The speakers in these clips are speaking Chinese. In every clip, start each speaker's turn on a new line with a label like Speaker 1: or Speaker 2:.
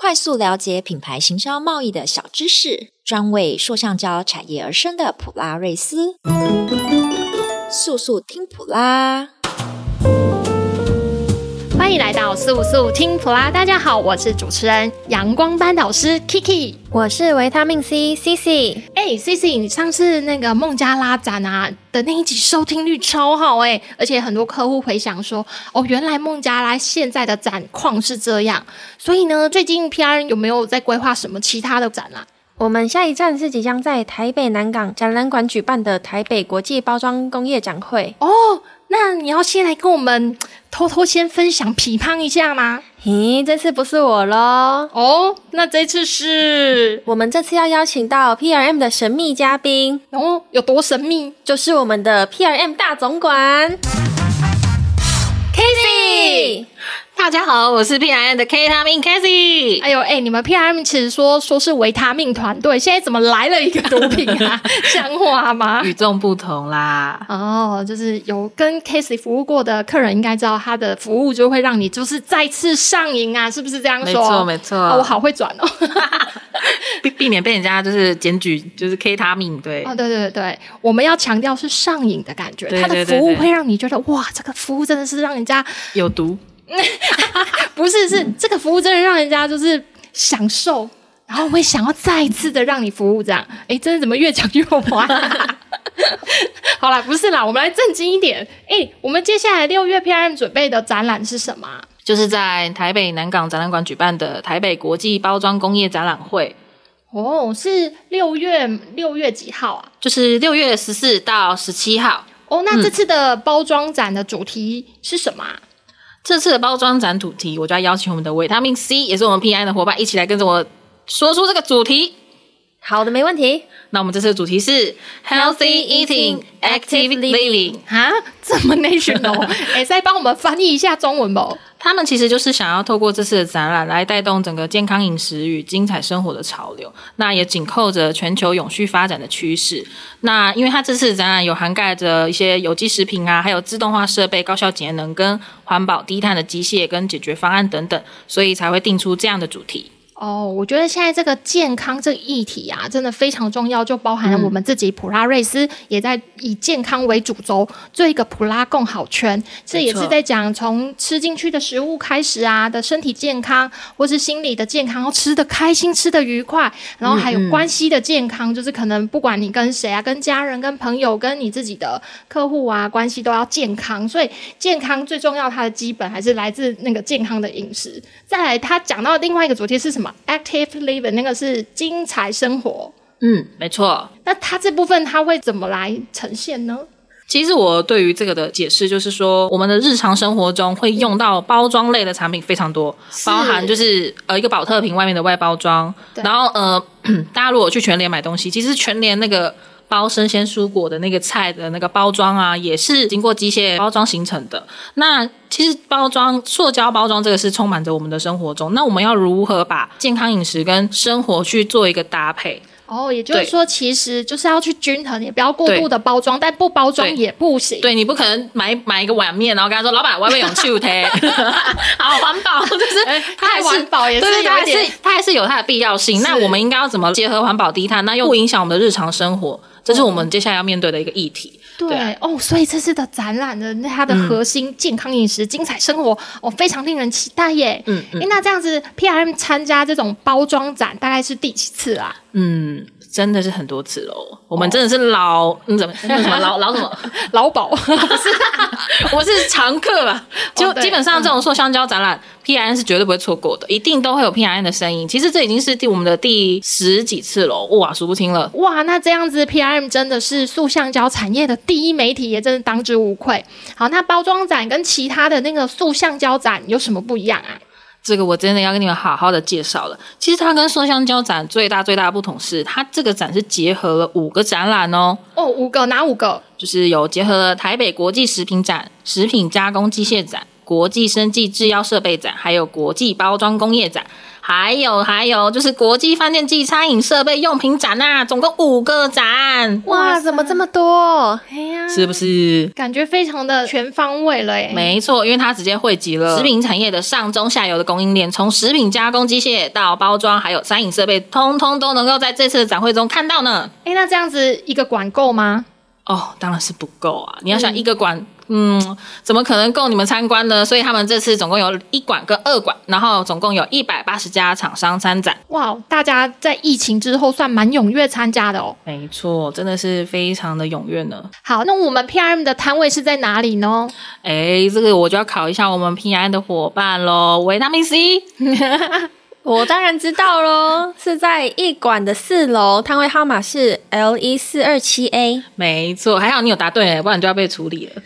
Speaker 1: 快速了解品牌行销贸易的小知识，专为塑橡胶产业而生的普拉瑞斯，速速听普拉。
Speaker 2: 欢迎来到速速听普拉，大家好，我是主持人阳光班导师 Kiki。
Speaker 3: 我是维他命 C C C，
Speaker 2: 哎、c C，你上次那个孟加拉展啊的那一集收听率超好哎、而且很多客户回想说，哦，原来孟加拉现在的展况是这样。所以呢，最近 PR 有没有在规划什么其他的展啊啦、
Speaker 3: 我们下一站是即将在台北南港展览馆举办的台北国际包装工业展会。
Speaker 2: 哦，那你要先来跟我们偷偷先分享批判一下吗？
Speaker 3: 咦，这次不是我喽。
Speaker 2: 哦，那这次是
Speaker 3: 我们这次要邀请到 P R M 的神秘嘉宾，
Speaker 2: 哦有多神秘？
Speaker 3: 就是我们的 P R M 大总管 Kitty。
Speaker 4: 大家好，我是 P I N 的 K 他命 Cassie。
Speaker 2: 哎呦，哎、你们 PRM 其实说说是维他命团队，现在怎么来了一个毒品啊？像话吗？
Speaker 4: 与众不同啦，
Speaker 2: 哦，就是有跟 Casey 服务过的客人应该知道，他的服务就会让你就是再次上瘾啊，是不是这样说？
Speaker 4: 没错没错
Speaker 2: 哦我好会转哦。
Speaker 4: 避避免被人家就是检举，就是 K 他命对。
Speaker 2: 哦，对对对对，我们要强调是上瘾的感觉，
Speaker 4: 对对
Speaker 2: 他的
Speaker 4: 对
Speaker 2: 服务
Speaker 4: 对
Speaker 2: 会让你觉得哇，这个服务真的是让人家
Speaker 4: 有毒，
Speaker 2: 不是是、这个服务真的让人家就是享受。然后会想要再一次的让你服务，这样，哎，真的怎么越讲越滑？好啦，不是啦，我们来正经一点。哎，我们接下来六月 PRM 准备的展览是什么啊？
Speaker 4: 就是在台北南港展览馆举办的台北国际包装工业展览会，
Speaker 2: 哦，是六月六月几号啊？
Speaker 4: 就是六月十四到十七号。
Speaker 2: 哦，那这次的包装展的主题是什么、啊？
Speaker 4: 这次的包装展主题，我就要邀请我们的维他命 C，也是我们 P I 的伙伴，一起来跟着我说出这个主题。
Speaker 3: 好的，没问题。
Speaker 4: 那我们这次的主题是 Healthy Eating, Active Living。
Speaker 2: 啊， 这么 national？哎，再帮我们翻译一下中文哦吧。
Speaker 4: 他们其实就是想要透过这次的展览来带动整个健康饮食与精彩生活的潮流，那也紧扣着全球永续发展的趋势。那因为它这次的展览有涵盖着一些有机食品啊，还有自动化设备、高效节能跟环保低碳的机械跟解决方案等等，所以才会定出这样的主题。
Speaker 2: 哦，我觉得现在这个健康这个议题啊，真的非常重要，就包
Speaker 4: 嗯
Speaker 2: 含了我们自己普拉瑞斯也在以健康为主轴做一个普拉共好圈，这也
Speaker 4: 没
Speaker 2: 是
Speaker 4: 错
Speaker 2: 在讲从吃进去的食物开始啊的身体健康，或是心理的健康，要吃的开心，吃的愉快，
Speaker 4: 嗯
Speaker 2: 然后还有关系的健康，就是可能不管你跟谁啊，跟家人、跟朋友、跟你自己的客户啊，关系都要健康，所以健康最重要，它的基本还是来自那个健康的饮食。再来，他讲到另外一个主题是什么？Active Living，那个是精彩生活。
Speaker 4: 嗯，没错。
Speaker 2: 那它这部分它会怎么来呈现呢？
Speaker 4: 其实我对于这个的解释就是说，我们的日常生活中会用到包装类的产品非常多，包含就是呃一个保特瓶外面的外包装，
Speaker 2: 对
Speaker 4: 然后呃 大家如果去全联买东西，其实全联那个。包生鲜蔬果的那个菜的那个包装啊，也是经过机械包装形成的。那其实包装、塑胶包装这个是充满着我们的生活中。那我们要如何把健康饮食跟生活去做一个搭配？
Speaker 2: 哦，也就是
Speaker 4: 对
Speaker 2: 说，其实就是要去均衡，也不要过度
Speaker 4: 对
Speaker 2: 的包装，但不包装
Speaker 4: 对
Speaker 2: 也不行。
Speaker 4: 对你不可能买买一个碗面，然后跟他说：“老板，我要不要用手 贴？”好环保，就是它还
Speaker 2: 太
Speaker 4: 是
Speaker 2: 环保也是
Speaker 4: 对对，它
Speaker 2: 有
Speaker 4: 还
Speaker 2: 点
Speaker 4: 是它还是有它的必要性。那
Speaker 2: 是
Speaker 4: 我们应该要怎么结合环保低碳，那又不影响我们的日常生活？这是我们接下来要面对的一个议题。
Speaker 2: 对
Speaker 4: 对嗯啊
Speaker 2: 哦，所以这次的展览的那它的核心健康饮食、精彩生活，哦，非常令人期待耶。
Speaker 4: 嗯
Speaker 2: 诶那这样子，PRM 参加这种包装展大概是第几次 啊？
Speaker 4: 嗯，真的是很多次哦喽。我们真的是老，你怎么那个什么 老老什么？
Speaker 2: 劳 保
Speaker 4: 我是常客啊，就
Speaker 2: 哦对
Speaker 4: 基本上这种塑橡胶展览、p r n 是绝对不会错过的，一定都会有 p r n 的身影。其实这已经是第我们的第十几次喽，哇，数不清了。
Speaker 2: 哇，那这样子 PRM 真的是塑橡胶产业的第一媒体，也真的当之无愧。好，那包装展跟其他的那个塑橡胶展有什么不一样啊？
Speaker 4: 这个我真的要跟你们好好的介绍了。其实它跟塑橡胶展最大最大的不同是，它这个展是结合了五个展览哦，
Speaker 2: 哦，五个，哪五个？
Speaker 4: 就是有结合了台北国际食品展、食品加工机械展、国际生技制药设备展，还有国际包装工业展，还有还有就是国际饭店暨餐饮设备用品展呐、总共五个展，
Speaker 3: 哇，怎么这么多？
Speaker 2: 哎呀，
Speaker 4: 是不是？
Speaker 2: 感觉非常的全方位了哎。
Speaker 4: 没错，因为它直接汇集了食品产业的上中下游的供应链，从食品加工机械到包装，还有餐饮设备，通通都能够在这次的展会中看到呢。
Speaker 2: 哎，那这样子一个管够吗？
Speaker 4: 哦，当然是不够啊！你要想一个馆，嗯怎么可能够你们参观呢？所以他们这次总共有一馆跟二馆，然后总共有一百八十家厂商参展。
Speaker 2: 哇，大家在疫情之后算蛮踊跃参加的哦。
Speaker 4: 没错，真的是非常的踊跃呢。
Speaker 2: 好，那我们 PRM 的摊位是在哪里呢？
Speaker 4: 哎，这个我就要考一下我们平安的伙伴喽，维他命 C。
Speaker 3: 我当然知道喽，是在一馆的四楼，摊位号码是 L 一四二七 A。
Speaker 4: 没错，还好你有答对，不然你就要被处理 了。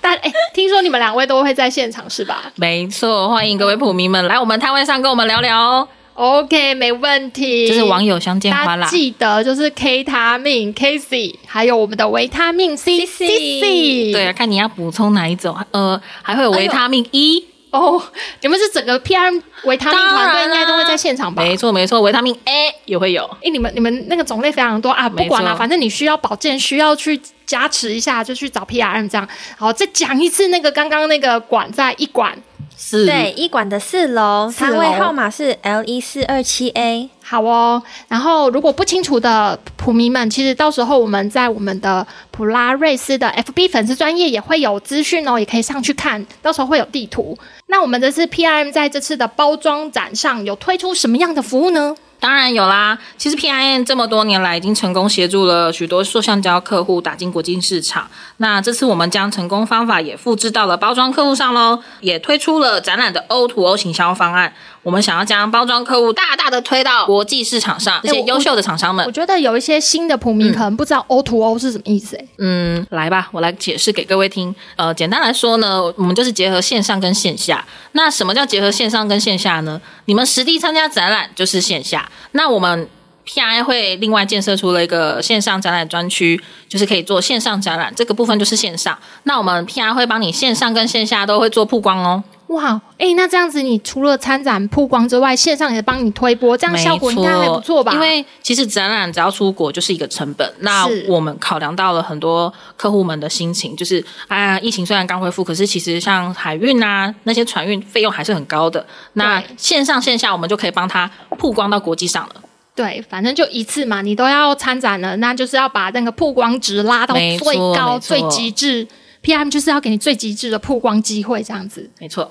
Speaker 2: 但哎，听说你们两位都会在现场是吧
Speaker 4: 没错，欢迎各位普迷们来我们摊位上跟我们聊聊哦，
Speaker 2: ？OK，没问题。
Speaker 4: 这是网友相见
Speaker 2: 大
Speaker 4: 欢
Speaker 2: 家
Speaker 4: 啦。
Speaker 2: 记得就是 K 他命 K C，还有我们的维他命 C C C。
Speaker 4: 对啊，看你要补充哪一种，呃，还会有
Speaker 2: 哎
Speaker 4: 维他命 E。
Speaker 2: 哦，你们是整个 PM 维他命团队应该都会在现场吧？
Speaker 4: 没错没错，维他命 A 也会有。
Speaker 2: 哎、你们你们那个种类非常多啊，
Speaker 4: 没错
Speaker 2: 不管啦、反正你需要保健，需要去加持一下，就去找 PRM 这样。好，再讲一次那个刚刚那个馆在一馆。
Speaker 4: 是
Speaker 3: 对，一馆的四楼，
Speaker 2: 四楼
Speaker 3: 摊位号码是 L 一四二七 A。
Speaker 2: 好哦，然后如果不清楚的普迷们，其实到时候我们在我们的普拉瑞斯的 FB 粉丝专业也会有资讯哦，也可以上去看，到时候会有地图。那我们这次 PRM 在这次的包装展上有推出什么样的服务呢？
Speaker 4: 当然有啦。其实 PIN 这么多年来已经成功协助了许多塑橡胶客户打进国际市场。那这次我们将成功方法也复制到了包装客户上喽，也推出了展览的 O to O 行销方案。我们想要将包装客户大大的推到国际市场上，这些
Speaker 2: 哎我
Speaker 4: 优秀的厂商们
Speaker 2: 我，觉得有一些新的普迷可能不知道 O to O 是什么意思、欸，
Speaker 4: 嗯，来吧，我来解释给各位听。呃，简单来说呢，我们就是结合线上跟线下。那什么叫结合线上跟线下呢？你们实地参加展览就是线下，那我们 PI 会另外建设出了一个线上展览专区，就是可以做线上展览，这个部分就是线上。那我们 PI 会帮你线上跟线下都会做曝光哦。
Speaker 2: 哇，哎、那这样子，你除了参展曝光之外，线上也帮你推播，这样效果应该还不错吧？
Speaker 4: 因为其实展览只要出国就是一个成本，那
Speaker 2: 是
Speaker 4: 我们考量到了很多客户们的心情，就是啊，疫情虽然刚恢复，可是其实像海运啊那些船运费用还是很高的。那
Speaker 2: 对
Speaker 4: 线上线下我们就可以帮他曝光到国际上了。
Speaker 2: 对，反正就一次嘛，你都要参展了，那就是要把那个曝光值拉到
Speaker 4: 没错
Speaker 2: 最高、
Speaker 4: 没
Speaker 2: 最
Speaker 4: 错
Speaker 2: 极致。PM 就是要给你最极致的曝光机会，这样子。
Speaker 4: 没错，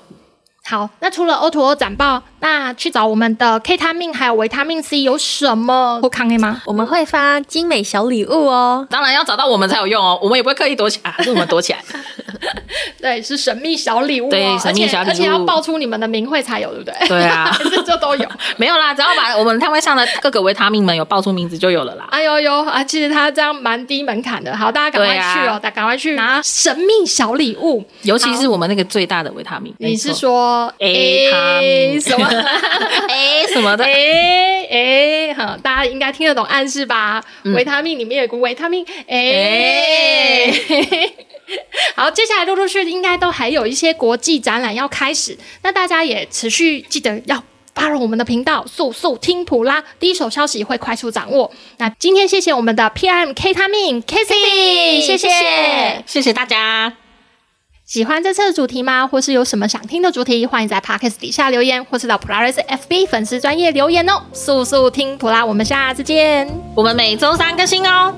Speaker 2: 好，那除了 O to O 展报，那去找我们的 K 他命还有维他命 C 有什么或抗 A 吗？
Speaker 3: 我们会发精美小礼物哦。
Speaker 4: 当然要找到我们才有用哦，我们也不会刻意躲起来，还是我们躲起 来。
Speaker 2: 对，是神秘小礼物、哦，
Speaker 4: 对神秘小礼物
Speaker 2: 而且，而且要爆出你们的名讳才有，对不对？
Speaker 4: 对啊
Speaker 2: 还是就都有。
Speaker 4: 没有啦，只要把我们摊位上的各个维他命们有报出名字就有了啦。
Speaker 2: 哎呦呦啊！其实它这样蛮低门槛的，好，大家赶快
Speaker 4: 对啊
Speaker 2: 去哦，大家赶快去拿神秘小礼物。
Speaker 4: 尤其是我们那个最大的维他命，
Speaker 2: 你是
Speaker 4: 没错
Speaker 2: 说
Speaker 4: A 他命
Speaker 2: 什么
Speaker 4: A 什么的
Speaker 2: A A 哈，哎大家应该听得懂暗示吧？维他命里面有个维他命 A。好，接下来陆陆续续应该都还有一些国际展览要开始，那大家也持续记得要 follow 我们的频道，速速听普拉，第一手消息会快速掌握。那今天谢谢我们的 PM K 他命 K C，谢谢。
Speaker 4: 谢谢大家。
Speaker 2: 喜欢这次的主题吗？或是有什么想听的主题，欢迎在 Podcast 底下留言，或是到普拉瑞斯 FB 粉丝专业留言哦。速速听普拉，我们下次见。
Speaker 4: 我们每周三更新哦，